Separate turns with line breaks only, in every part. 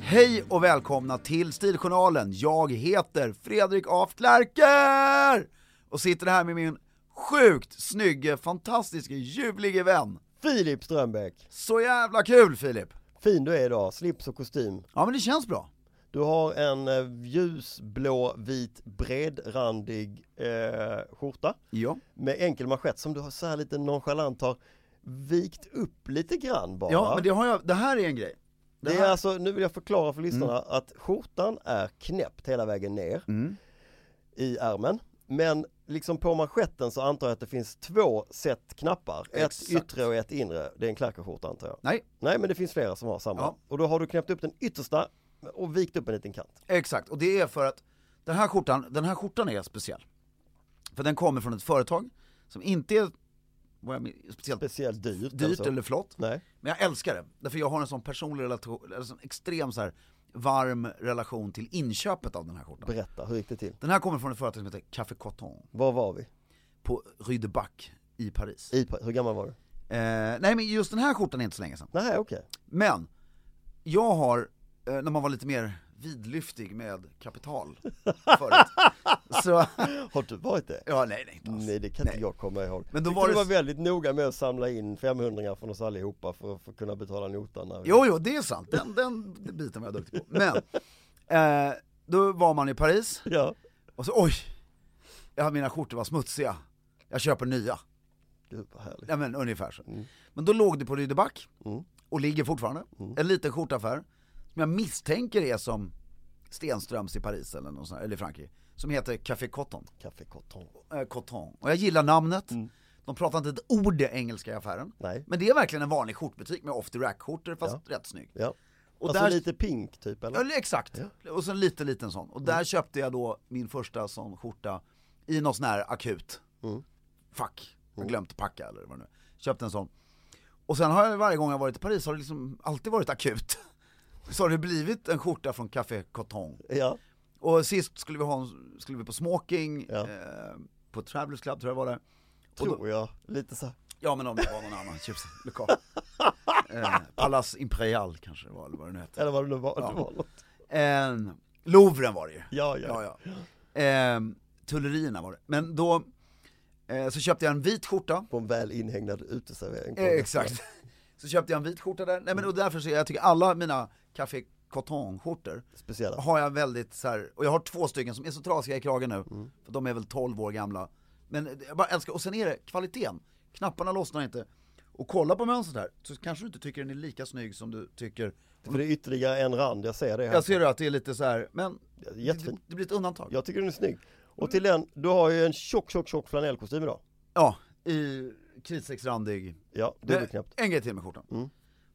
Hej och välkomna till Stiljournalen. Jag heter Fredrik af Klerker! Och sitter här med min sjukt snygge, fantastiske, ljuvlige vän.
Filip Strömbäck,
Så jävla kul Filip!
fin du är idag. Slips och kostym.
Ja men det känns bra.
Du har en eh, ljusblå, vit, bredrandig eh, skjorta
Ja.
med enkel manschett som du har så här lite nonchalant har vikt upp lite grann bara.
Ja men det har jag, det här är en grej.
Det är alltså, nu vill jag förklara för lyssnarna
Mm.
att skjortan är knäppt hela vägen ner i ärmen. Men liksom på manschetten så antar jag att det finns två set knappar.
Exakt.
Ett yttre och ett inre. Det är en klackerskjorta antar jag.
Nej,
Nej men det finns flera som har samma.
Ja.
Och då har du knäppt upp den yttersta och vikt upp en liten kant.
exakt. Och det är för att den här skjortan, den här skjortan är speciell. För den kommer från ett företag som inte är vad jag men, speciellt
Speciellt dyrt.
dyrt
så.
eller flott.
Nej.
Men jag älskar det, därför jag har en sån personlig relation, eller sån extrem så här varm relation till inköpet av den här skjortan.
Berätta, hur gick det till?
Den här kommer från ett företag som heter Café Coton
Var var vi?
på Rue de Bac i Paris.
I, Pa- hur gammal var du?
Eh, nej men just den här skjortan är inte så länge sedan.
Nej, okej.
Men, jag har, eh, när man var lite mer vidlyftig med kapital förut, så,
Har du varit det?
ja nej nej inte alls.
Nej, det kan inte jag komma ihåg.
Men
Men
då
då
var
du
det-
var väldigt noga med att samla in 500 från oss allihopa för att för att kunna betala notan. När vi...
Jo, jo, det är sant. Den, den biten var jag duktig på. Men, eh, då var man i Paris,
Ja,
och så oj, jag, mina skjortor var smutsiga, jag köper nya.
gud vad härligt.
Ja men ungefär så. Men då låg det på Rydebäck,
Mm.
och ligger fortfarande, en liten skjortaffär, som jag misstänker är som Stenströms i Paris eller, någon sån här, eller i Frankrike, som heter Café Cotton.
Café Coton.
eh, Cotton. Och jag gillar namnet. De pratar inte ett ord engelska i affären.
Mm. Nej.
Men det är verkligen en vanlig skjortbutik med off the rack-skjortor fast rätt snygg.
Ja.
Och
Och alltså
där-
lite pink typ eller?
Ja, exakt. Och så en liten, liten sån. Och där köpte jag då min första sån skjorta i någon sån här akut. Fuck, jag glömde packa eller vad det nu är. Köpte en sån. Och sen har jag varje gång jag varit i Paris har det liksom alltid varit akut. Så har det blivit en skjorta från Café Coton.
Ja,
Och sist skulle vi, ha en, skulle vi på smoking,
Ja.
eh, på Travelers Club tror jag var det.
tror jag. Lite så här.
Ja men om det var någon annan chipslokal. eh, Palace Imperial kanske det var, eller vad det nu hette.
Eller vad det nu var. Det var något.
Eh, Louvren var det ju.
Ja, ja.
ja, ja. Eh, Tullerierna var det. Men då, eh, så köpte jag en vit skjorta.
På en väl inhägnad uteservering.
Eh, exakt. Så köpte jag en vit skjorta där, nej men och därför så jag tycker alla mina Café Coton-skjortor
Speciella.
Har jag väldigt så här, och jag har två stycken som är så trasiga i kragen nu, för de är väl 12 år gamla Men jag bara älskar, och sen är det kvaliteten, knapparna lossnar inte Och kolla på mönstret här, så kanske du inte tycker den är lika snygg som du tycker
För det är ytterligare en rand, jag ser det här.
Jag ser ju att det är lite så här, men
Jättefin.
det, det blir ett undantag
Jag tycker den är snygg.
Mm.
Och till den, du har ju en tjock, tjock, tjock flanellkostym idag.
Ja, i kritstrecksrandig
Ja,
Det-
dubbelknäppt. Mm.
En grej till med skjortan.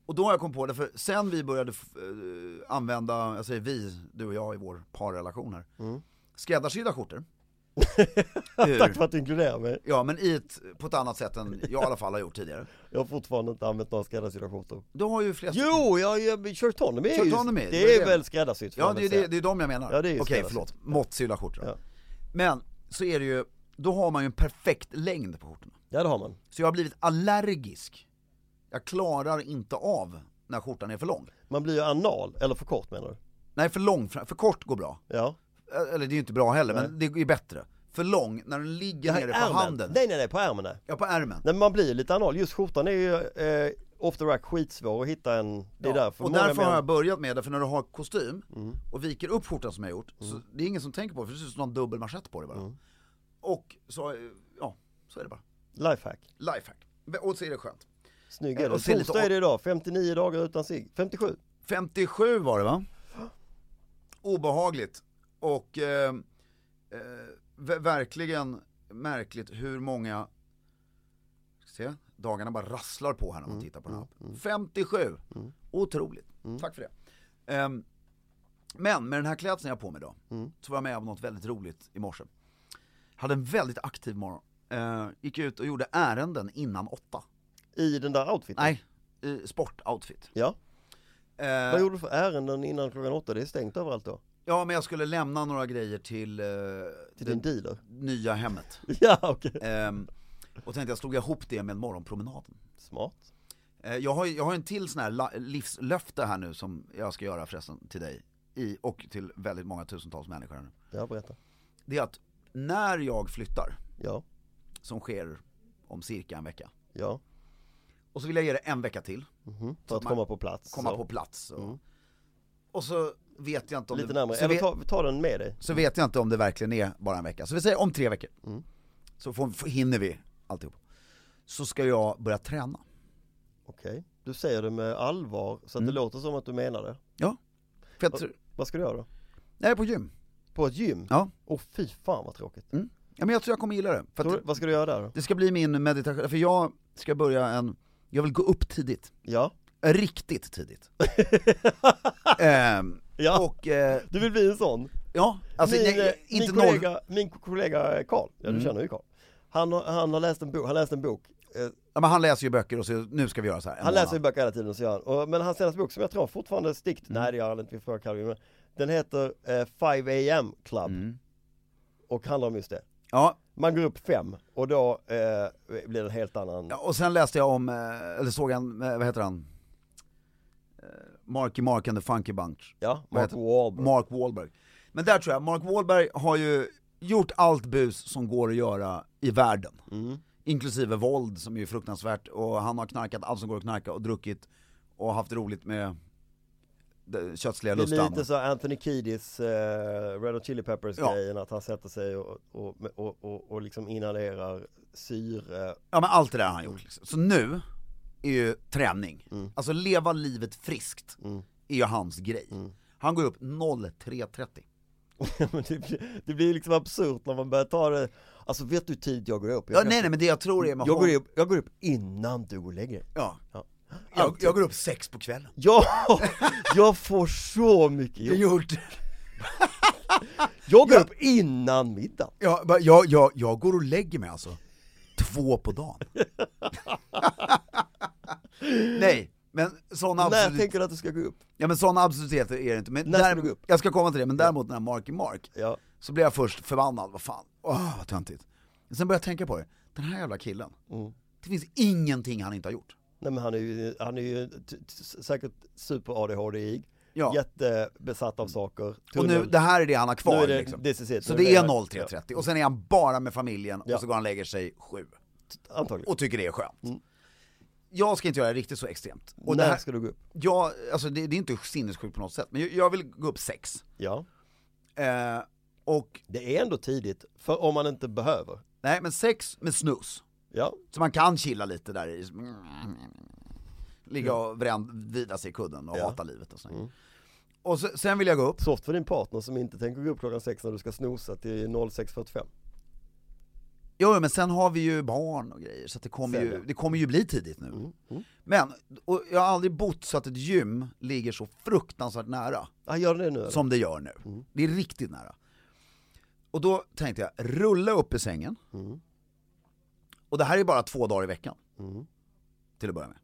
Och då har jag kommit på det, för sen vi började f- eh, använda, jag säger vi, du och jag i vår parrelation här, skräddarsydda skjortor.
Mm. Tack
Ur,
för att du inkluderar mig.
ja men i ett, på ett annat sätt än jag i alla fall har gjort tidigare.
Jag har fortfarande inte använt några skräddarsydda skjortor.
Du har ju flera stycken-
Jo, jag, jag, Shirtonomy är ju,
Shirtonomy, det var
det är
det.
väl skräddarsytt får
Ja
jag
det är,
väl
ju
säga.
det, det är de jag menar.
Ja, det är ju
Okej
skräddarsytt.
förlåt, måttsydda skjortor.
Ja.
Men så är det ju, då har man ju en perfekt längd på skjortorna.
Ja, det har man.
Så jag har blivit allergisk. Jag klarar inte av när skjortan är för lång.
Man blir ju anal, eller för kort menar du?
Nej för lång, för för kort går bra.
Ja.
Eller det är ju inte bra heller, men det är bättre. För lång, när den ligger nere på
Ärmen.
handen.
Nej, nej, nej, på ärmen nej.
Ja, på ärmen.
Nej men man blir ju lite anal, just skjortan är ju eh, off the rack skitsvår att hitta en, det är
Ja.
därför
och
många
därför har
män- Mm.
jag börjat med det, för när du har kostym och viker upp skjortan som jag gjort, så det är ingen som tänker på det, för det ser ut som någon dubbel manschett på det bara.
Mm.
Och så, eh, ja, så är det bara.
Lifehack,
Lifehack. Och så är det skönt.
snygg
Eh,
är
och
du.
ser lite
Torsdag är
av-
det idag, 59 dagar utan sig. 57.
57 var det va? Obehagligt. Och eh, eh, ver- verkligen märkligt hur många, ska se, dagarna bara rasslar på här när man tittar på den här appen. 57! Otroligt. Tack för det. Ehm, men med den här klädseln jag har på mig idag, så var jag med om något väldigt roligt i morse. Hade en väldigt aktiv morgon. Eh, gick ut och gjorde ärenden innan åtta.
I den där outfiten.
Nej, i sportoutfit.
Ja.
Eh,
Vad gjorde du för ärenden innan klockan åtta? Det är stängt överallt då.
Ja, men jag skulle lämna några grejer till, eh,
Till
det
din dealer.
nya hemmet.
Ja okej.
Ehm, och tänkte jag slog ihop det med morgonpromenaden.
Smart.
Eh, jag, har, jag har en till sån här la- livslöfte här nu som jag ska göra förresten till dig i, och till väldigt många tusentals människor här nu.
Ja berätta.
Det är att när jag flyttar,
Ja,
som sker om cirka en vecka,
ja.
och så vill jag ge det en vecka till,
Mhm. För att
man-
komma på plats.
komma
så. Mm.
på plats. Och, och så vet jag inte om
Lite
det,
närmare,
så
eller
vet,
ta, ta den med dig.
så vet jag inte om det verkligen är bara en vecka. Så vi säger om tre veckor.
Mm.
Så får, får, hinner vi alltihop. Så ska jag börja träna.
Okej. Du säger det med allvar så att
Mm.
det låter som att du menar det.
Ja. För jag, tror-
Vad ska du göra då?
jag är på gym.
På ett gym?
Ja.
Åh fy fan vad tråkigt.
Mm. ja men jag tror jag kommer gilla det. För
Tror
att
du, vad ska du göra där då?
det ska bli min meditation, för jag ska börja en, jag vill gå upp tidigt.
Ja.
Riktigt tidigt. ehm,
Ja.
Och, eh,
Du vill bli en sån?
ja, alltså
min, eh,
nej, inte Mm.
min, kollega,
noll,
min kollega Karl, ja du känner ju Karl. Han, har- han, har läst en bok, han läste en bok, eh,
ja, men han läser ju böcker och så, nu ska vi göra så här. en
han läser ju
månad.
böcker hela tiden och så gör han, och, men hans senaste bok som jag tror fortfarande stickt,
Mm.
nej det gör han inte, vi frågar Karl, men den heter eh, 5 AM Club
Mm.
och handlar om just det.
Ja,
Man går upp fem och då eh, blir det en helt annan,
Ja, och sen läste jag om, eh, eller såg han, eh, vad heter han? Eh, Marky Mark and the Funky Bunch.
ja,
Vad
Mark
heter-
Wahlberg.
Mark Wahlberg. Men där tror jag, Mark Wahlberg har ju gjort allt bus som går att göra i världen.
Mm.
Inklusive våld som är ju fruktansvärt och han har knarkat allt som går att knarka och druckit och haft roligt med de- köttsliga
Det är lite
lustan.
så Anthony Kiedis eh, Red Hot Chili Peppers
Ja.
grejen att han sätter sig och, och, och, och, och liksom inhalerar syre.
Ja men allt det där har han gjort liksom. Så nu är ju träning,
Mm.
alltså leva livet friskt, är ju hans grej.
Mm.
Han går upp 03.30.
Men det, blir, det blir liksom absurt när man börjar ta det, alltså vet du hur tid jag går upp? Jag,
Ja,
går
nej,
upp-
nej men det jag tror är med
jag, går
honom-
upp, jag går upp innan du går och lägger dig.
Ja.
Ja.
Jag, jag går upp sex på kvällen.
Ja, jag får så mycket jobb.
gjort.
Jag går upp innan middag.
Ja, bara, jag, jag, jag går och lägger mig alltså, två på dagen. nej, men sådana
När
absolut,
tänker du att du ska gå upp?
ja, men såna absurditeter är det inte. Men
När ska du gå
däremot,
upp?
jag ska komma till det, men däremot den här Marky Mark,
Ja.
så blir jag först förbannad, vad fan, åh vad töntigt. Sen börjar jag tänka på det, den här jävla killen,
Mm.
det finns ingenting han inte har gjort.
Nej men han är ju, han är ju t- t- säkert super-ADHD-ig,
Ja.
jättebesatt av saker,
Och nu,
tunnel.
det här är det han har kvar
Nu är det-
liksom.
this is it.
Så
Nu
det
är
är
det-
03.30 och sen är han bara med familjen
Ja.
och så går han och lägger sig sju
antagligen.
och tycker det är skönt. jag ska inte göra det riktigt så extremt. Och det
När
här,
Mm. ska du gå upp?
jag, alltså det, det är inte sinnessjukt på något sätt, men jag, jag vill gå upp sex.
Ja,
Eh, och,
det är ändå tidigt, för om man inte behöver.
nej men sex med snus.
Ja,
Så man kan chilla lite där i. Ligga och vränd, vrida sig i kudden och
Ja. Mm.
hata livet och sånt. Och så, sen vill jag gå upp.
soft för din partner som inte tänker gå upp klockan sex när du ska snosa till 06.45.
Jo, jo, men sen har vi ju barn och grejer, så att det, kommer
Sen,
ju,
ja.
det kommer ju bli tidigt nu. Men, och jag har aldrig bott så att ett gym ligger så fruktansvärt nära
Ah, gör det nu eller?
som det gör nu. Det är riktigt nära. Och då tänkte jag, rulla upp i sängen. Och det här är bara två dagar i veckan. Till att börja med.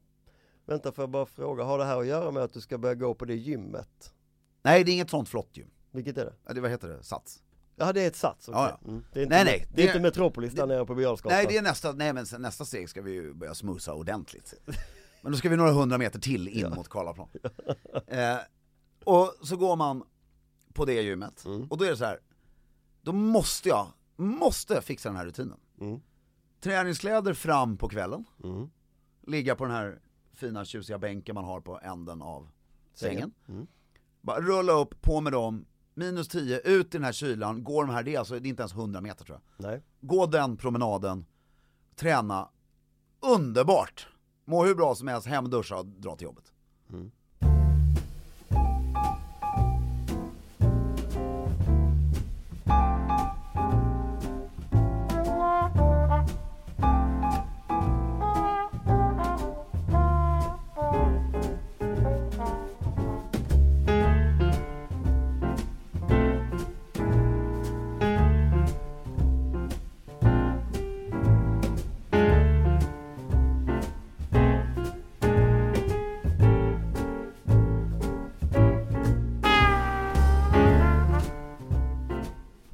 Vänta, får jag bara fråga, har det här att göra med att du ska börja gå på det gymmet?
Nej, det är inget sånt flott gym.
Vilket är det?
Eller vad heter det? Sats?
Ja, det är ett sats. okej.
Ja, ja.
Mm. Det är inte,
Nej, nej,
Det är
det-
inte Metropolis där nere på Birger Jarlsgatan.
Nej, det är nästa, nej men sen, nästa steg ska vi ju börja smusa ordentligt. Men då ska vi några hundra meter till in mot Karlaplan. Eh, och så går man på det gymmet, och då är det så här. då måste jag, måste fixa den här rutinen. Träningskläder fram på kvällen, ligga på den här fina tjusiga bänken man har på änden av sängen. Bara rulla upp, på med dem, minus 10, ut i den här kylan, går de här, det är alltså, det är inte ens 100 meter tror jag
Nej.
gå den promenaden, träna, underbart! Må hur bra som helst, hem, duscha och dra till jobbet.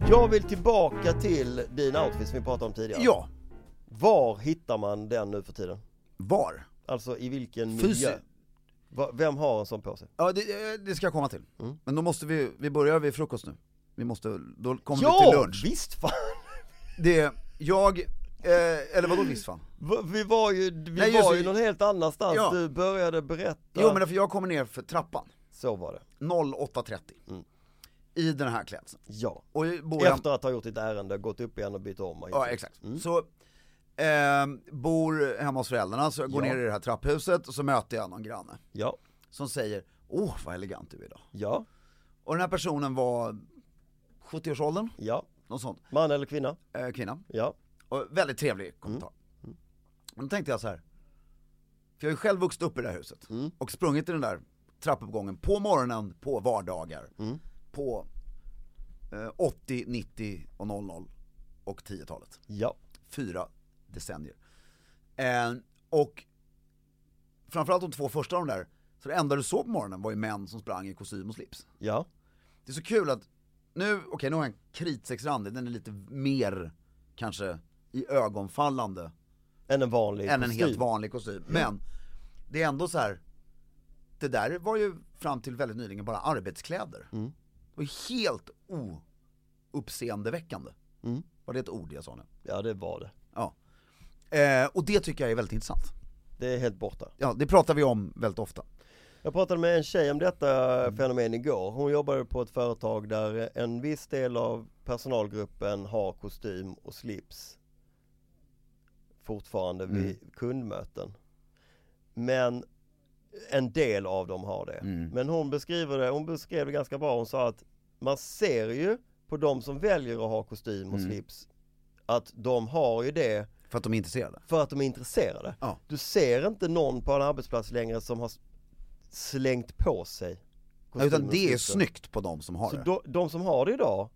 Jag vill tillbaka till din outfit som vi pratade om tidigare.
Ja,
Var hittar man den nu för tiden?
var?
Alltså i vilken
Fysi-
miljö? Va- Vem har en sån på sig?
Ja, det, eh, det ska jag komma till.
Mm.
Men då måste vi, vi börjar vid frukost nu. Vi måste, då kommer vi till
Ja,
lunch.
visst fan!
Det, jag, eh, eller vadå visst fan?
Va- Vi var ju, vi
Nej, just
var
det.
ju någon helt annanstans,
Ja.
du började berätta.
Jo men därför jag kommer ner för trappan,
Så var det,
08.30. I den här klädseln.
ja.
Och jag bor jag-
Mm. Efter Mm. att ha gjort ditt ärende, gått upp igen och bytt om och
Ja, exakt. Så ehm, bor hemma hos föräldrarna, så jag går
Ja.
ner i det här trapphuset och så möter jag någon granne
Ja,
som säger Åh vad elegant du är idag.
ja,
Och den här personen var 70-årsåldern,
ja.
något sånt,
Man eller kvinna?
eh, kvinna.
Ja,
Och väldigt trevlig kommentar. Och då tänkte jag så här. För jag har ju själv vuxit upp i det här huset och sprungit i den där trappuppgången på morgonen, på vardagar, på eh, 80, 90 och 00 och 10-talet.
ja.
fyra decennier. Eh, och framförallt de två första av de där, så det enda du såg på morgonen var ju män som sprang i kostym och slips.
Ja,
Det är så kul att nu, okej nu har jag en kritsexrandig, den är lite mer kanske i ögonfallande
än en vanlig
än en
kostym. Mm.
helt vanlig kostym. Men det är ändå så här. det där var ju fram till väldigt nyligen bara arbetskläder.
Mm.
Det var helt ouppseendeväckande.
Mm.
Var det ett ord jag sa nu?
Ja, det var det.
Ja. Eh, och det tycker jag är väldigt intressant.
Det är helt borta.
Ja, det pratar vi om väldigt ofta.
Jag pratade med en tjej om detta fenomen igår. Hon jobbade på ett företag där en viss del av personalgruppen har kostym och slips fortfarande vid kundmöten. Men en del av dem har det. Men hon beskriver det, hon beskrev det ganska bra. Hon sa att man ser ju på de som väljer att ha kostym och slips att de har ju det
För att de är intresserade.
för att de är intresserade.
Ja.
Du ser inte någon på en arbetsplats längre som har s- slängt på sig
Ja, utan det är
kostymen.
snyggt på de som har
Så
det.
de, de som har det idag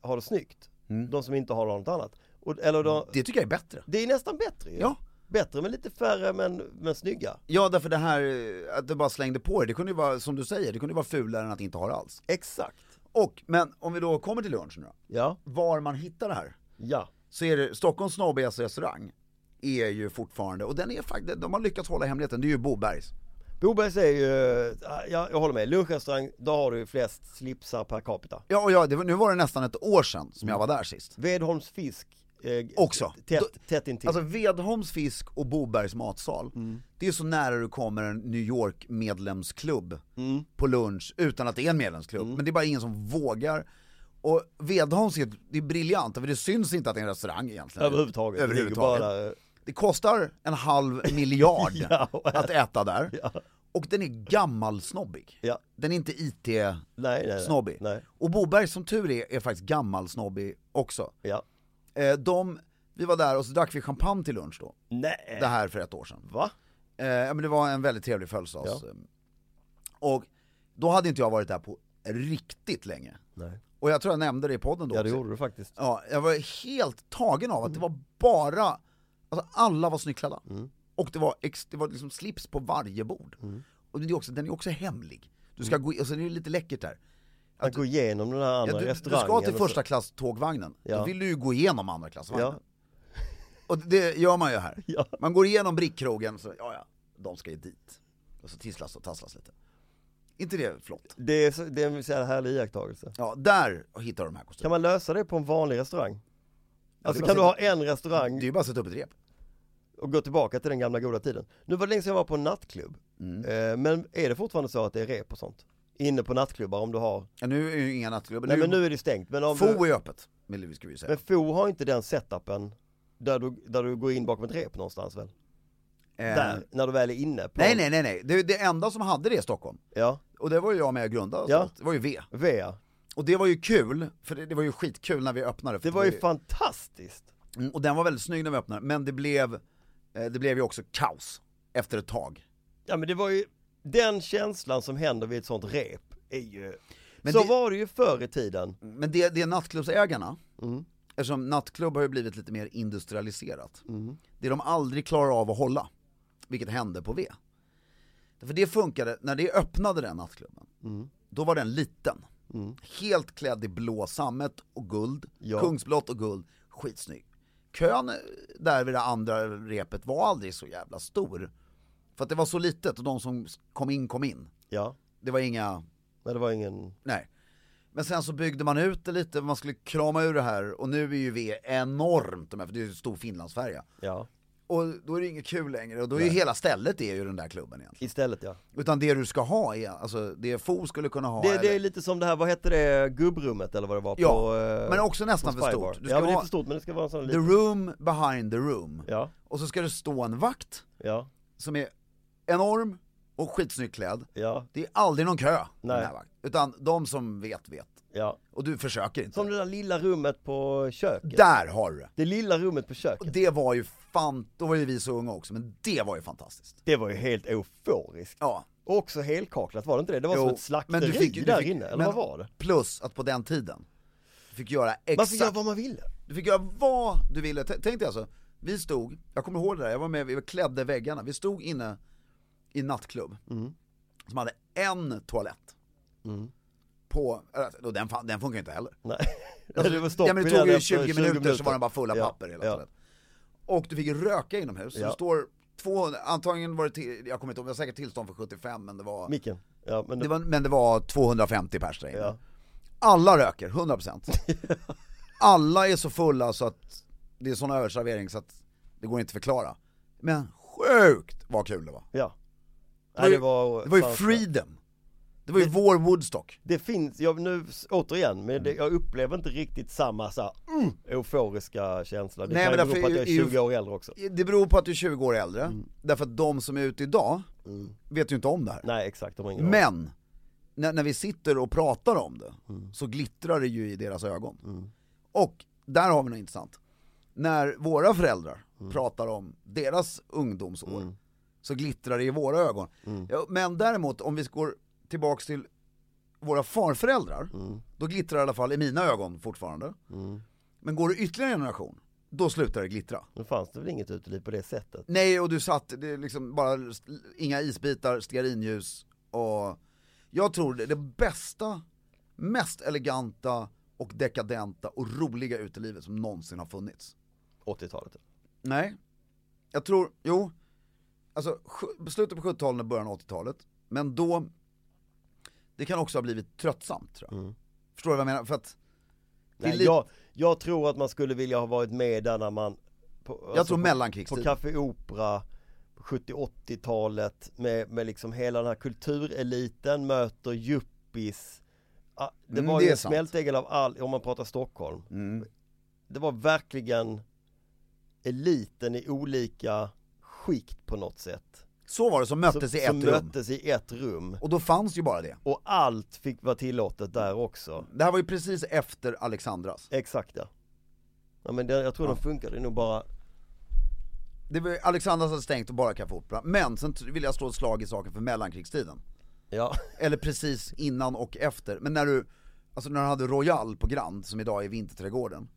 har det snyggt. De som inte har det har något annat. Och, eller de,
Mm. Det tycker jag är bättre.
det är nästan bättre ju.
Ja.
Bättre men lite färre men, men snygga.
Ja, därför det här eh, att du bara slängde på det, det kunde ju vara, som du säger, det kunde ju vara fulare än att inte ha det alls.
Exakt.
Och, men om vi då kommer till lunchen då.
Ja,
Var man hittar det här,
ja,
så är det Stockholms snobbigaste restaurang, är ju fortfarande, och den är faktiskt, de har lyckats hålla hemligheten, det är ju Bobergs.
Bobergs är ju, äh, ja, jag håller med, lunchrestaurang, då har du ju flest slipsar per capita.
Ja, och ja, det var, nu var det nästan ett år sedan som jag var där sist.
Vedholms fisk eh,
Också.
Tätt,
Då-
tätt intill.
Alltså Vedholms fisk och Bobergs matsal,
Mm.
det är så nära du kommer en New York medlemsklubb
Mm.
på lunch utan att det är en medlemsklubb. Men det är bara ingen som vågar. Och Vedholms är, det är briljant, för det syns inte att det är en restaurang egentligen.
överhuvudtaget.
Överhuvudtaget.
Det ligger
Det kostar en halv miljard
Ja, och
att äta där.
Ja.
Och den är gammalsnobbig.
Ja.
Den är inte IT-snobbig.
Nej, nej, nej. Nej.
Och Boberg som tur är, är faktiskt gammalsnobbig också.
Ja.
Eh, de, vi var där och så drack vi champagne till lunch då,
Nej.
det här för ett år sedan.
Va?
Eh, ja, men det var en väldigt trevlig födelsedags... Och då hade inte jag varit där på riktigt länge.
Nej.
Och jag tror jag nämnde det i podden då
Ja, det
också.
gjorde Mm. du faktiskt.
Ja, jag var helt tagen av att det var bara, alltså alla var snyggt klädda.
Mm.
Och det var, ex, det var liksom slips på varje bord. Och det är också, den är också hemlig. Du
Mm.
ska gå in, och sen är det lite läckert där.
Att gå igenom den här andra
Ja, du, du
restaurangen.
ska till
och så-
första klass tågvagnen,
Ja.
då vill du ju gå igenom andra klassvagnen.
Ja.
Och det gör man ju här.
Ja.
Man går igenom brickkrogen, så ja ja, de ska ju dit. Och så tisslas och tasslas lite. inte det flott?
Det är, så, det är en så här härlig iakttagelse.
Ja, där hittar du de här
Kan
kostymerna.
man lösa det på en vanlig restaurang? Alltså
det
kan du ha
måste-
en
Det är
restaurang
ju bara att sätta upp ett rep.
och gå tillbaka till den gamla goda tiden. Nu var det länge sedan jag var på en nattklubb.
Mm.
Eh, Men är det fortfarande så att det är rep och sånt? Inne på nattklubbar om du har?
Ja, nu är ju inga nattklubbar,
Nej men
nu
nu är det stängt. Men om
FO
du...
är öppet, vill vi skulle ju säga.
Men FO har inte den setupen där du, där du går in bakom ett rep någonstans väl?
Eh,
Där, när du väl är inne på...
Nej nej nej nej, det, det enda som hade det i Stockholm,
Ja,
och det var ju jag med och grundade, och
Ja.
sånt, det var ju V.
VEA.
Och det var ju kul, för det, det var ju skitkul när vi öppnade. För
Det var ju fantastiskt.
Mm, och den var väldigt snygg när vi öppnade, men det blev, eh, det blev ju också kaos efter ett tag.
Ja men det var ju, den känslan som händer vid ett sånt rep är ju,
Men
så
det-
var det ju förr i tiden.
Men det, det är nattklubbsägarna, eftersom nattklubb har ju blivit lite mer industrialiserat, det de aldrig klarar av att hålla, vilket hände på V. För det funkade, när det öppnade den nattklubben, då var den liten. Helt klädd i blå sammet och guld,
Ja.
kungsblått och guld, skitsnygg. Kön eh, där vid det andra repet var aldrig så jävla stor. För att det var så litet och de som kom in kom in.
Ja,
Det var inga
men det var ingen,
Nej. Men sen så byggde man ut det lite, man skulle krama ur det här och nu är ju V enormt, de här- för det är ju en stor finlandsfärja.
ja,
Och då är det inget kul längre och då är ju hela stället är ju den där klubben egentligen.
istället ja.
Utan det du ska ha är, alltså det FO skulle kunna ha
Det, det är
eller-
lite som det här, vad hette det, gubbrummet eller vad det var på...
Ja,
eh,
men också nästan
på
för
Spybar.
stort. Du
Ja
ska
men det är
ha-
för stort men det ska vara en sån
the
liten,
room behind the room.
ja,
Och så ska det stå en vakt
ja,
som är enorm och skitsnyggt klädd.
ja,
Det är aldrig någon kö,
Nej.
den här vakten. Utan de som vet, vet.
ja.
Och du försöker inte.
Som det där lilla rummet på köket.
Där har du det!
Det lilla rummet på
Och
köket.
det var ju fan, då var ju vi så unga också, men det var ju fantastiskt.
Det var ju helt euforiskt.
Ja.
Och också helkaklat, var det inte det? Det var
Jo,
som ett slakteri där inne, eller
men
vad var det?
Plus att på den tiden, du fick göra
Man fick göra
exakt,
vad man ville.
du fick göra vad du ville. T- Tänk dig alltså, vi stod, jag kommer ihåg det där, jag var med, vi klädde väggarna, vi stod inne i en nattklubb
Mm.
som hade en toalett. På, eller, och den, fan- den funkar ju inte heller.
Nej, Alltså, det var stopp
Alltså, ja, men det
i den
tog ju
efter
20 minuter, så var den bara full av
Ja,
papper hela
ja.
tiden. Och du fick röka inomhus, så
Ja.
det står 200, antagligen var det, till, jag kommer inte ihåg, det var säkert tillstånd för 75 men det var,
Micken. Ja, men det,
det var, men det var 250 pers där inne.
Ja.
Alla röker, 100%. Alla är så fulla så att det är sån överservering så att det går inte att förklara. Men sjukt vad kul det var.
ja.
Det var ju,
Nej, det var,
det var ju
fan,
freedom. Det var ju vår Woodstock.
Det finns, jag, nu återigen, men det, jag upplever inte riktigt samma så här, mm, euforiska känsla. Det
Nej,
kan ju
men
bero på att
därför
jag är
är ju-
20 år äldre också.
Det beror på att du är 20 år äldre,
Mm.
därför att de som är ute idag vet ju inte om det här.
Nej exakt, de har ingen aning.
Men, när, när vi sitter och pratar om det, så glittrar det ju i deras ögon. Och där har vi något intressant. När våra föräldrar pratar om deras ungdomsår, så glittrar det i våra ögon. Ja, men däremot, om vi går tillbaks till våra farföräldrar, då glittrar det i alla fall i mina ögon fortfarande. Men går det ytterligare en generation, då slutar det glittra.
Nu fanns det väl inget uteliv på det sättet.
Nej, och du satt, det är liksom bara st- inga isbitar, stearinljus och jag tror det, det bästa, mest eleganta och dekadenta och roliga utelivet som någonsin har funnits.
80-talet.
Nej, jag tror, jo, alltså sju- slutet på 70-talet och början av 80-talet, men då, Mm. det kan också ha blivit tröttsamt tror jag. Förstår du vad jag menar? För att är
Nej,
lite-
jag, jag tror att man skulle vilja ha varit med där när man på,
Jag tror
på
mellankrigstid.
Café Opera på 70-80-talet med, med liksom hela den här kultureliten möter yuppies. Ah, Det
Mm,
var
det
ju
är
en
sant.
smältdegel av all, om man pratar Stockholm.
Mm.
Det var verkligen eliten i olika skikt på något sätt.
Så var det, som
Som,
möttes i ett
som
rum.
möttes i ett rum.
Och då fanns ju bara det.
Och allt fick vara tillåtet där också.
Det här var ju precis efter Alexandras.
Exakt ja. ja men det, jag tror de funkade nog bara
Det var, Alexandras hade stängt och bara Café Opera. Men sen t- vill jag slå ett slag i saken för mellankrigstiden.
Ja,
Eller precis innan och efter. Men när du, alltså när du hade Royal på Grand, som idag är Vinterträdgården.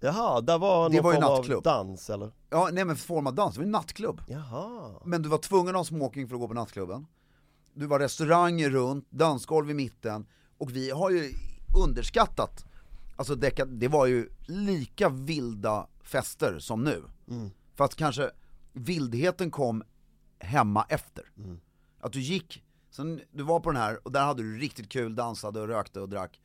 jaha, där var
Det
någon
var ju
form av
nattklubb.
dans eller?
Ja, nej men formad dans, det var ju en nattklubb.
Jaha,
Men du var tvungen att ha smoking för att gå på nattklubben. Du var restaurang runt, dansgolv i mitten. Och vi har ju underskattat, alltså deka, det var ju lika vilda fester som nu. Fast kanske vildheten kom hemma efter. Att du gick, sen du var på den här och där hade du riktigt kul, dansade och rökte och drack.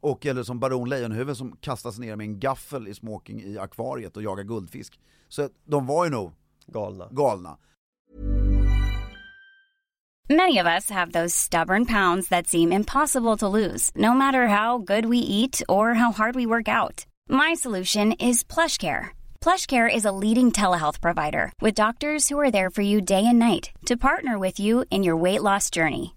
Och eller som Baron Lejonhuvud som kastas ner med en gaffel i smoking i akvariet och jagar guldfisk. Så de var ju nog
galna.
galna.
Many of us have those stubborn pounds that seem impossible to lose, no matter how good we eat or how hard we work out. My solution is PlushCare. PlushCare is a leading telehealth provider with doctors who are there for you day and night to partner with you in your weight loss journey.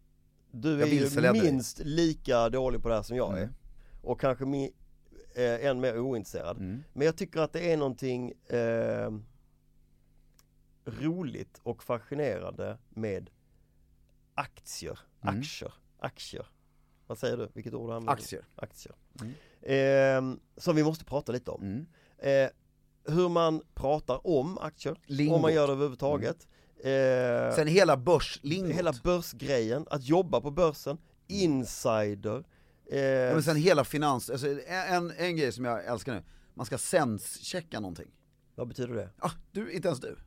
du är
Jag
ju
vilseledde dig.
minst lika dålig på det här som jag är.
Mm.
Och kanske mi, eh, än mer ointresserad.
Mm.
Men jag tycker att det är någonting eh, roligt och fascinerande med aktier,
Mm.
aktier, aktier. Vad säger du? Vilket ord använder du?
Aktier.
aktier. Eh, som vi måste prata lite om.
Mm.
Eh, hur man pratar om aktier,
Lingot. Mm.
om man gör det överhuvudtaget. Eh,
Sen hela börslingot.
hela börsgrejen, att jobba på börsen, insider. Eh,
Mm. ja, men sen hela finans, alltså, en, en grej som jag älskar nu, man ska senschecka någonting.
Vad betyder det?
Ah, du, inte ens du.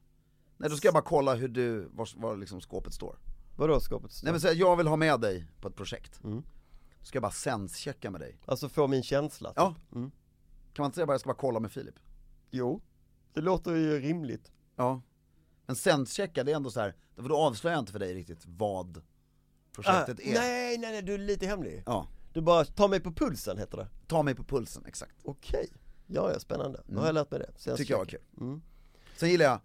Nej då ska jag bara kolla hur du, var, var liksom skåpet står.
Vadå skåpet?
Nej men säg jag vill ha med dig på ett projekt.
Mm.
Då ska jag bara senschecka med dig.
Alltså få min känsla? typ.
Ja.
Mm.
Kan man inte säga bara jag ska bara kolla med Filip?
Jo, det låter ju rimligt.
Ja. Men senschecka det är ändå så här, för då avslöjar jag inte för dig riktigt vad projektet
Ah,
är.
nej, nej, nej, du är lite hemlig.
Ja.
Du bara, ta mig på pulsen heter det.
Ta mig på pulsen, exakt.
Okej, ja, ja, spännande. Då har jag lärt mig det. Så
Mm. Tycker jag är
försöker-
kul.
Mm.
Sen gillar jag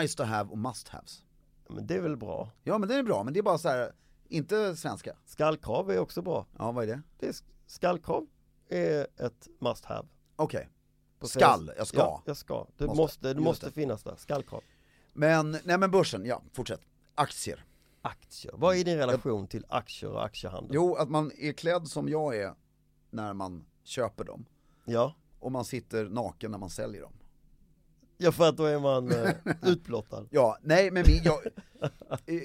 nice to have och must haves.
Ja, Men det är väl bra.
Ja men det är bra, men det är bara så här inte svenska.
Skallkrav är också bra.
Ja vad är det?
Det är, skallkrav är ett must have.
Okej,
På
skall,
svenska.
jag ska.
Ja, jag ska. Du måste,
Måste.
du
Just
måste
det.
finnas där. Skallkrav.
Men, nej men börsen, ja fortsätt. Aktier.
Aktier. Vad är din relation till aktier och aktiehandel?
Jo, att man är klädd som jag är när man köper dem.
Ja.
Och man sitter naken när man säljer dem.
ja, för att då är man eh, utblottad.
Ja, nej men min, jag,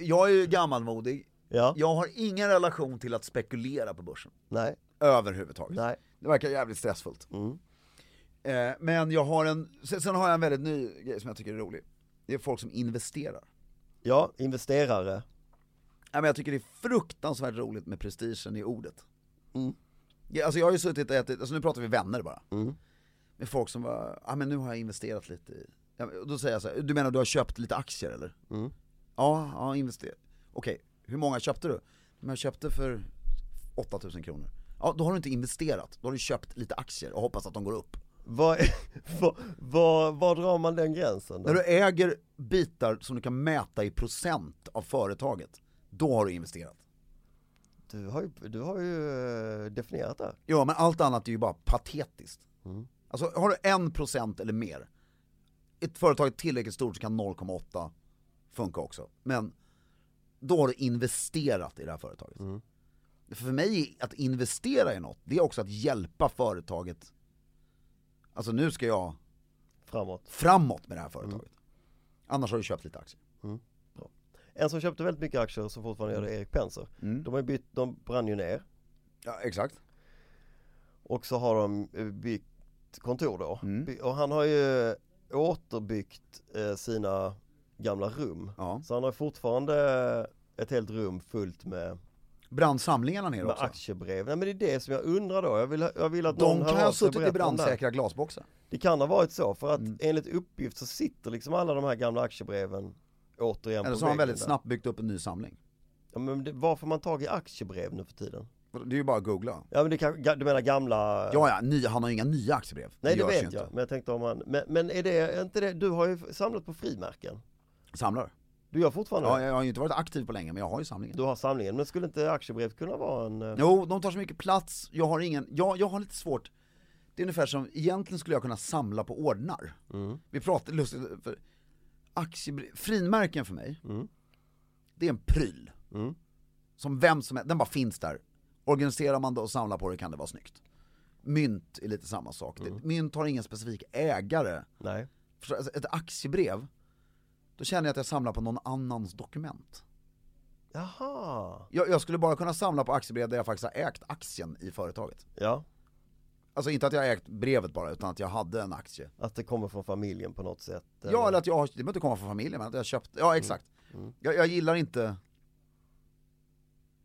jag är ju gammalmodig.
Ja,
Jag har ingen relation till att spekulera på börsen.
nej,
Överhuvudtaget.
nej.
Det verkar jävligt stressfullt. Eh, men jag har en, sen, sen har jag en väldigt ny grej som jag tycker är rolig. Det är folk som investerar.
Ja, investerare.
Nej, men jag tycker det är fruktansvärt roligt med prestigen i ordet. Ja, alltså jag har ju suttit och ätit, alltså nu pratar vi vänner bara. Med folk som var, ja ah, men nu har jag investerat lite i, ja, men- och då säger jag så här, du menar du har köpt lite aktier eller? Ja, ja investerat. Okej, hur många köpte du? Men jag köpte för 8000 kronor. Ja, då har du inte investerat, då har du köpt lite aktier och hoppas att de går upp.
Var, var, var, var drar man den gränsen?
När
Då?
du äger bitar som du kan mäta i procent av företaget, då har du investerat.
Du har ju, du har ju eh, definierat det.
Ja, men allt annat är ju bara patetiskt. Alltså har du 1% eller mer, ett företag är tillräckligt stort så kan 0,8 funka också. Men då har du investerat i det här företaget. För för mig, att investera i något, det är också att hjälpa företaget. Alltså nu ska jag
framåt.
framåt med det här företaget. Annars har du köpt lite aktier.
En som köpte väldigt mycket aktier som fortfarande gör det är Erik Penser.
Mm.
De, har ju bytt, de brann ju ner
Ja, exakt.
och så har de eh, byggt kontor då.
Mm.
By- Och han har ju återbyggt eh, sina gamla rum.
Ja.
Så han har fortfarande ett helt rum fullt med,
Brandsamlingarna ner
med
också.
aktiebrev. Nej men det är det som jag undrar då. Jag vill, jag vill att någon
De
hör
kan ha
av sig och
suttit i Mm.
berättar om det här.
brandsäkra glasboxar.
Det kan ha varit så för att enligt uppgift så sitter liksom alla de här gamla aktiebreven återigen
Eller
på
så har han
väggen
väldigt
där.
snabbt byggt upp en ny samling.
Ja, men det, var får man tag i aktiebrev nu för tiden?
Det är ju bara att googla.
Ja men det kan, ga- du menar gamla
Ja, ja, ny, han har ju inga nya aktiebrev.
Nej det,
görs ju
vet
inte.
jag, men jag tänkte om han, men, men är det är inte det, du har ju samlat på frimärken.
Samlar.
Du gör fortfarande
Ja,
det.
jag har ju inte varit aktiv på länge, men jag har ju samlingen.
Du har samlingen, men skulle inte aktiebrev kunna vara en... eh,
Jo, de tar så mycket plats, jag har ingen, jag, jag har lite svårt, det är ungefär som, egentligen skulle jag kunna samla på ordnar. Vi pratade lustigt, för aktiebrev, frimärken för mig, det är en pryl. Som vem som helst, den bara finns där. Organiserar man det och samlar på det kan det vara snyggt. Mynt är lite samma sak, det, mynt har ingen specifik ägare.
Nej.
Förstår- alltså, ett aktiebrev, då känner jag att jag samlar på någon annans dokument.
Jaha,
Jag, jag skulle bara kunna samla på aktiebrev där jag faktiskt har ägt aktien i företaget.
ja.
Alltså inte att jag har ägt brevet bara, utan att jag hade en aktie.
Att det kommer från familjen på något sätt.
Ja, eller att jag har, det behöver inte komma från familjen, men att jag köpt, ja exakt. Jag, jag gillar inte,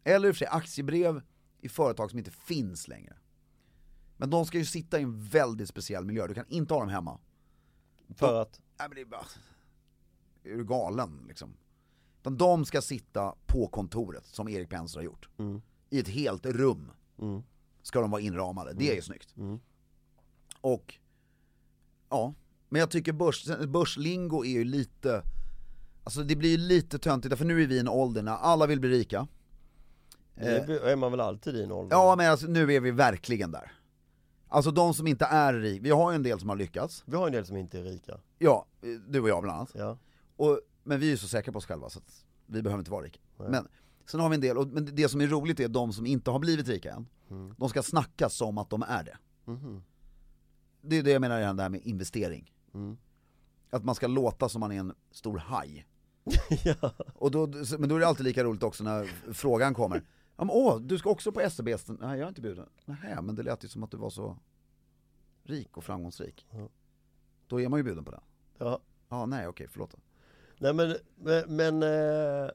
eller i och för sig aktiebrev i företag som inte finns längre. Men de ska ju sitta i en väldigt speciell miljö, du kan inte ha dem hemma.
För att,
Nej men det är bara... Är du galen liksom? Utan de ska sitta på kontoret, som Erik Penser har gjort. I ett helt rum.
mm.
Ska de vara inramade, det är snyggt. Och, ja. Men jag tycker börs, börslingo är ju lite, alltså det blir ju lite töntigt, för nu är vi i en ålder när alla vill bli rika.
det är man väl alltid i en ålder?
Eh. Ja men alltså, nu är vi verkligen där. Alltså de som inte är rika, vi har ju en del som har lyckats.
Vi har en del som inte är rika.
Ja, eh, du och jag bland annat.
Ja.
Och, men vi är ju så säkra på oss själva så att vi behöver inte vara rika. Men sen har vi en del, och, men det som är roligt är de som inte har blivit rika än. De ska snacka som att de är det.
Mhm.
Det är det jag menar redan där med investering.
Mm.
Att man ska låta som man är en stor haj. och då, men då är det alltid lika roligt också när frågan kommer. Ja, men, åh, du ska också på SEB? Nej, jag är inte bjuden. Nej, men det lät ju som att du var så rik och framgångsrik. Då är man ju bjuden på den.
ja.
Ja, nej okej, förlåt.
Nej men, men, men eh,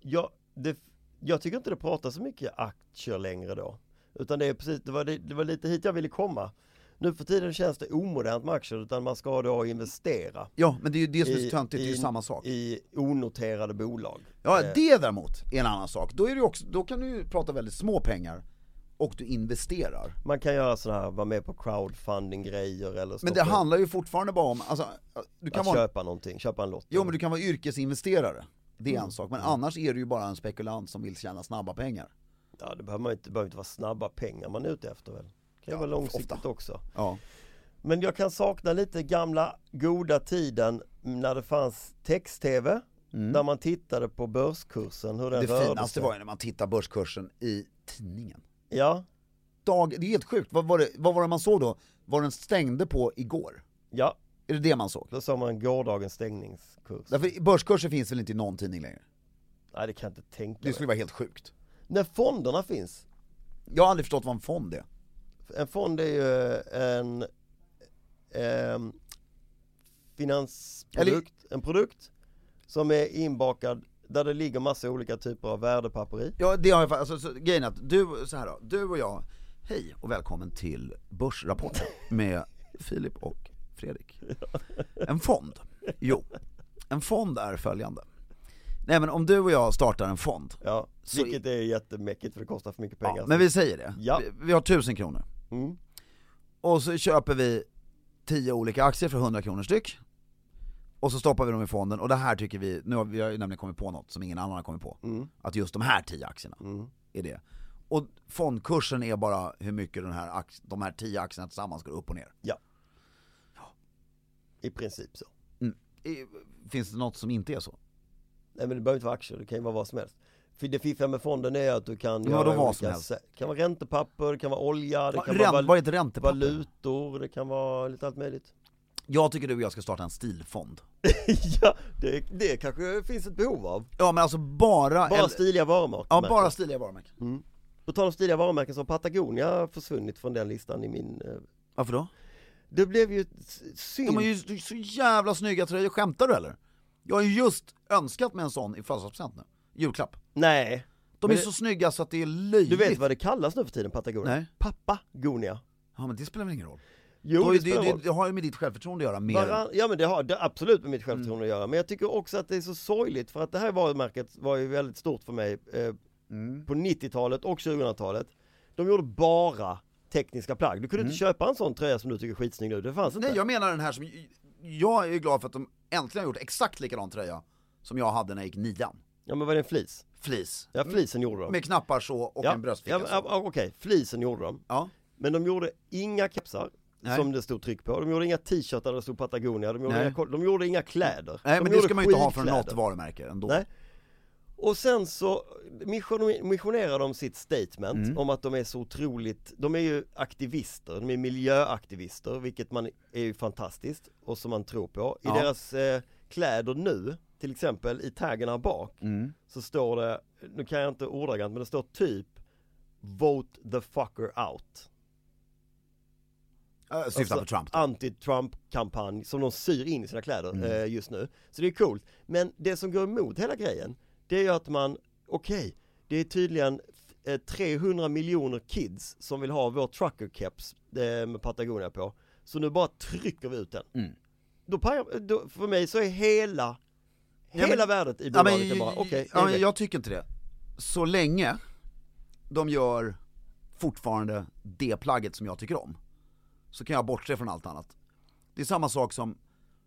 jag, det, jag tycker inte det pratas så mycket aktier längre då. Utan det är precis, det var, det, det var lite hit jag ville komma. Nu för tiden känns det omodernt med aktier utan man ska då investera.
Ja, men det är ju det som är
i-
så töntigt, det är ju
i-
samma sak.
I eh. onoterade bolag.
Ja, det däremot är en annan sak. Då, är det ju också, då kan du ju prata väldigt små pengar och du investerar.
Man kan göra sådana här, vara med på crowdfunding-grejer eller
Men det
stoppa-
handlar ju fortfarande bara om, alltså, du kan
att
vara,
köpa någonting, köpa en lott.
jo, men du kan vara yrkesinvesterare. Det är en sak, men annars är du ju bara en spekulant som vill tjäna snabba pengar.
Ja, det behöver, man inte, det behöver inte vara snabba pengar man är ute efter väl. Det kan ju
Ja,
vara långsiktigt
ofta.
också.
Ja.
Men jag kan sakna lite gamla goda tiden när det fanns text-tv. Där man tittade på börskursen, hur den
Mm. Det
rörde
finaste
sig.
var ju när man tittar börskursen i tidningen.
Ja,
Dag, det är helt sjukt, vad var, det, vad var det man såg då? Vad den stängde på igår?
ja,
Är det det man såg?
då såg man gårdagens stängningskurs.
Därför börskurser finns väl inte i någon tidning längre?
Nej, det kan jag inte tänka
Det
mig.
skulle vara helt sjukt.
När fonderna finns.
Jag har aldrig förstått vad en fond är.
En fond är ju eh, en ehm, finansprodukt, en produkt som är inbakad där det ligger massa olika typer av värdepapper i.
Ja, det har jag fa- alltså, så, grejen är att du, så här då, du och jag, hej och välkommen till Börsrapporten med Filip och Fredrik. En fond, jo, en fond är följande. Nej men om du och jag startar en fond,
Ja,
Så-
vilket är jättemäckigt för det kostar för mycket pengar.
ja, men vi säger det,
Ja.
vi, vi har tusen kronor.
Mm.
Och så köper vi 10 olika aktier för 100 kronor styck. Och så stoppar vi dem i fonden och det här tycker vi, nu har vi, vi har ju nämligen kommit på något som ingen annan har kommit på.
Mm.
Att just de här 10 aktierna är det. Och fondkursen är bara hur mycket den här, ax- de här 10 aktierna tillsammans går upp och ner.
Ja. I princip så.
I- Finns det något som inte är så?
Nej men det behöver inte vara aktier, det kan ju vara vad som helst. För det fiffiga med fonden är att du kan
Ja, då vad
olika
som helst.
sä- Det kan vara räntepapper, det kan vara olja, det
Va-
kan
ränt-
vara
var det
val-
inte räntepapper?
valutor, det kan vara lite allt möjligt.
Jag tycker du och jag ska starta en stilfond.
ja, det, det kanske finns ett behov av.
Ja men alltså bara...
Bara
eller-
stiliga varumärken.
Ja, bara stiliga varumärken.
Mm. På tal om stiliga varumärken så har Patagonia försvunnit från den listan i min... eh,
Varför då?
Det blev ju ett s- synd.
De har ju så jävla snygga tröjor, skämtar du eller? Jag har ju just önskat mig en sån i födelsedagspresent nu, julklapp.
Nej.
De
Men
är
det-
så snygga så att det är löjligt.
Du vet vad det kallas nu för tiden, Patagonia?
Nej.
Papagonia.
Ja men det spelar väl ingen roll?
Jo,
det,
det
det,
spelar
det,
roll.
det har ju med ditt självförtroende att göra mer.
Varann, ja men det har det har absolut med mitt självförtroende
Mm.
att göra. Men jag tycker också att det är så sorgligt för att det här varumärket var ju väldigt stort för mig eh,
Mm.
på 90-talet och 2000-talet. De gjorde bara tekniska plagg. Du kunde inte köpa en sån tröja som du tycker är skitsnygg nu. alltså, Det fanns inte.
Mm. Nej jag menar den här som, jag är ju glad för att de äntligen har gjort exakt likadan tröja som jag hade när jag gick nian.
Ja men var det en flis?
Flis.
Ja flisen gjorde de.
Mm. Med knappar så och
ja.
en bröstficka
ja,
så.
ja, Okej, flisen gjorde de.
Ja.
Men de gjorde inga kepsar
Nej.
som det stod tryck på. De gjorde inga t-shirtar där det stod Patagonia. De gjorde,
Nej.
inga, kol- de gjorde inga kläder.
Nej
de
men det
gjorde
ska man ju inte ha från
skidkläder.
något varumärke ändå.
Nej. Och sen så mission- missionerar de sitt statement
Mm.
om att de är så otroligt, de är ju aktivister, de är miljöaktivister, vilket man är ju fantastiskt och som man tror på. I
Ja.
deras eh, kläder nu, till exempel i taggen här bak,
Mm.
så står det, nu kan jag inte ordagrant, men det står typ Vote the fucker out.
Äh, Syftar på
Alltså,
Trump. Mm.
Anti-Trump-kampanj som de syr in i sina kläder eh, just nu. Så det är coolt. Men det som går emot hela grejen, det är ju att man, okej, det är tydligen eh, 300 miljoner kids som vill ha vår trucker caps eh, med Patagonia på. Så nu bara trycker vi ut den. Då, pajar- då, för mig så är hela,
Mm. Ja, men-
hela värdet i
Ja,
bolaget
men,
är bara, okej,
ja,
det är
men
väck.
jag tycker inte det. Så länge de gör fortfarande det plagget som jag tycker om, så kan jag bortse från allt annat. Det är samma sak som,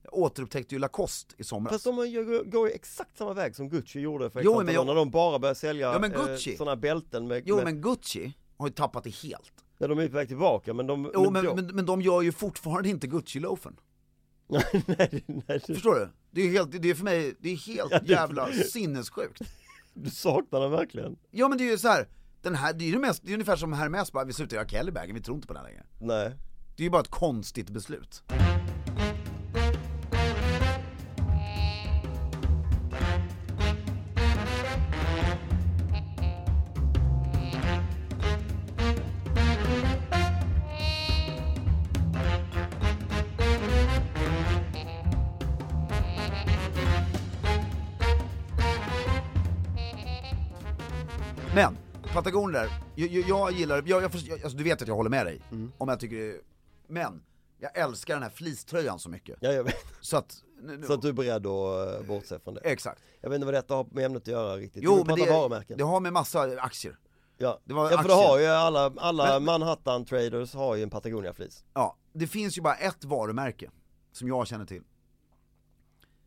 jag återupptäckte ju Lacoste i somras.
Fast de har ju- går ju exakt samma väg som Gucci gjorde för
Jo,
jo,
men
jag...
jag-
när de bara började sälja
Ja, men
eh,
Gucci.
sådana bälten med,
jo
med
men Gucci har ju tappat det helt.
Ja de är på väg tillbaka men de...
Jo men,
då-
men, men de gör ju fortfarande inte Gucci-loafen.
nej, nej, nej, du,
Förstår du? Det är, helt, det är för mig, det är helt
Ja, det-
jävla sinnessjukt.
du saknar den verkligen.
Ja men det är ju så här, den här, det är ju det mest, det är ungefär som Hermes bara, vi slutar göra Kellybagen, vi tror inte på den längre.
Nej.
Det är ju bara ett konstigt beslut. Men, Patagonia där, jag, jag, jag gillar, jag, jag, förstår- jag, alltså, du vet att jag håller med dig, om jag tycker det är, men, jag älskar den här fleecetröjan så mycket,
Ja, jag vet.
så att, nu, nu,
Så att du är beredd att eh, bortse från det.
exakt.
Jag vet inte vad detta har med ämnet att göra riktigt.
Jo
vi
men
pratar
det,
varumärken.
det har med massa aktier,
ja.
det var
ja för det
aktier.
har ju alla, alla Manhattan traders har ju en Patagonia flis.
ja, det finns ju bara ett varumärke, som jag känner till,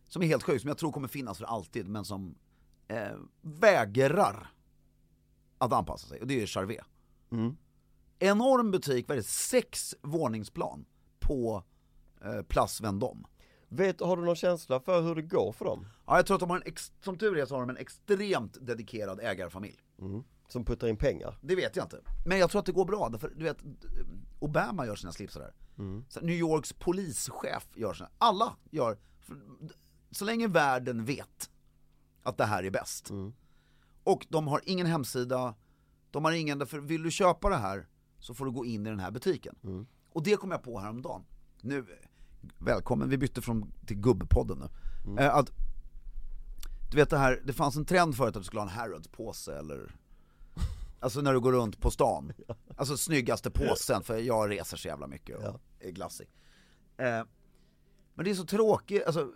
som är helt sjukt, som jag tror kommer finnas för alltid, men som eh, vägrar att anpassa sig, och det är ju Charvet. Enorm butik, vad är det, sex våningsplan på eh, Place Vendôme.
Vet, har du någon känsla för hur det går för dem?
Ja, jag tror att de har en, ex- som tur är så har de en extremt dedikerad ägarfamilj.
Som puttar in pengar?
Det vet jag inte. Men jag tror att det går bra, därför du vet, Obama gör sina slipsar där. Så New Yorks polischef gör sina, alla gör, för- så länge världen vet att det här är bäst. Och de har ingen hemsida, de har ingen, därför vill du köpa det här så får du gå in i den här butiken. Och det kom jag på häromdagen. Nu, välkommen, vi bytte från till gubbpodden nu. Eh, att, du vet det här, det fanns en trend förut att du skulle ha en Harrods-påse eller Alltså när du går runt på stan. Alltså snyggaste påsen, för jag reser så jävla mycket och är glassig. Eh, men det är så tråkigt, alltså,